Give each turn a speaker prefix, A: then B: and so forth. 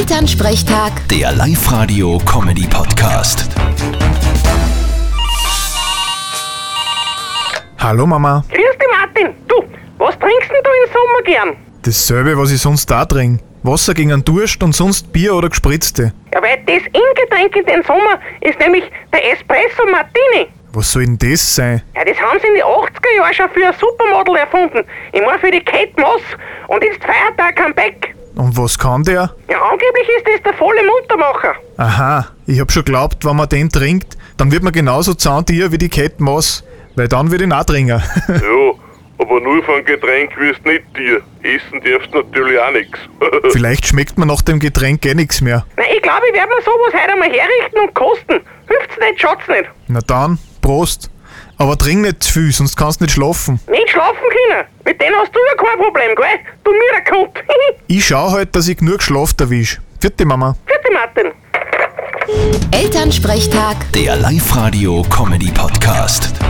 A: Elternsprechtag,
B: Der Live-Radio-Comedy-Podcast.
C: Hallo Mama,
D: Grüß dich, Martin. Du, was trinkst denn du im Sommer gern?
C: dasselbe, was ich sonst da trinke. Wasser gegen einen Durst und sonst Bier oder gespritzte.
D: Ja, weil das Ingetränk in den Sommer ist nämlich der Espresso Martini.
C: Was soll denn das sein?
D: Ja, das haben sie in den 80er Jahren schon für ein Supermodel erfunden. Ich meine für die Kate Moss. Und jetzt feiert er ein Comeback.
C: Und was kann der?
D: Ja, angeblich ist das der volle Muntermacher.
C: Aha, ich hab schon glaubt, wenn man den trinkt, dann wird man genauso Zahntier wie die Kate Moss, weil dann wird ich auch trinken.
E: Ja, aber nur von Getränk wirst nicht dir. Essen darfst natürlich auch nix.
C: Vielleicht schmeckt man nach dem Getränk eh nix mehr.
D: Na, ich glaube, ich werde mir sowas heute einmal herrichten und kosten. Hüpft's nicht, schaut's nicht.
C: Na dann, Prost. Aber trink nicht zu viel, sonst kannst nicht schlafen.
D: Nicht schlafen können. Mit denen hast du ja kein Problem, gell? Du mir der Kund.
C: Ich schau halt, dass ich genug Schlaf erwisch. Vierte Mama.
D: Vierte Martin.
A: Elternsprechtag.
B: Der Live-Radio-Comedy-Podcast.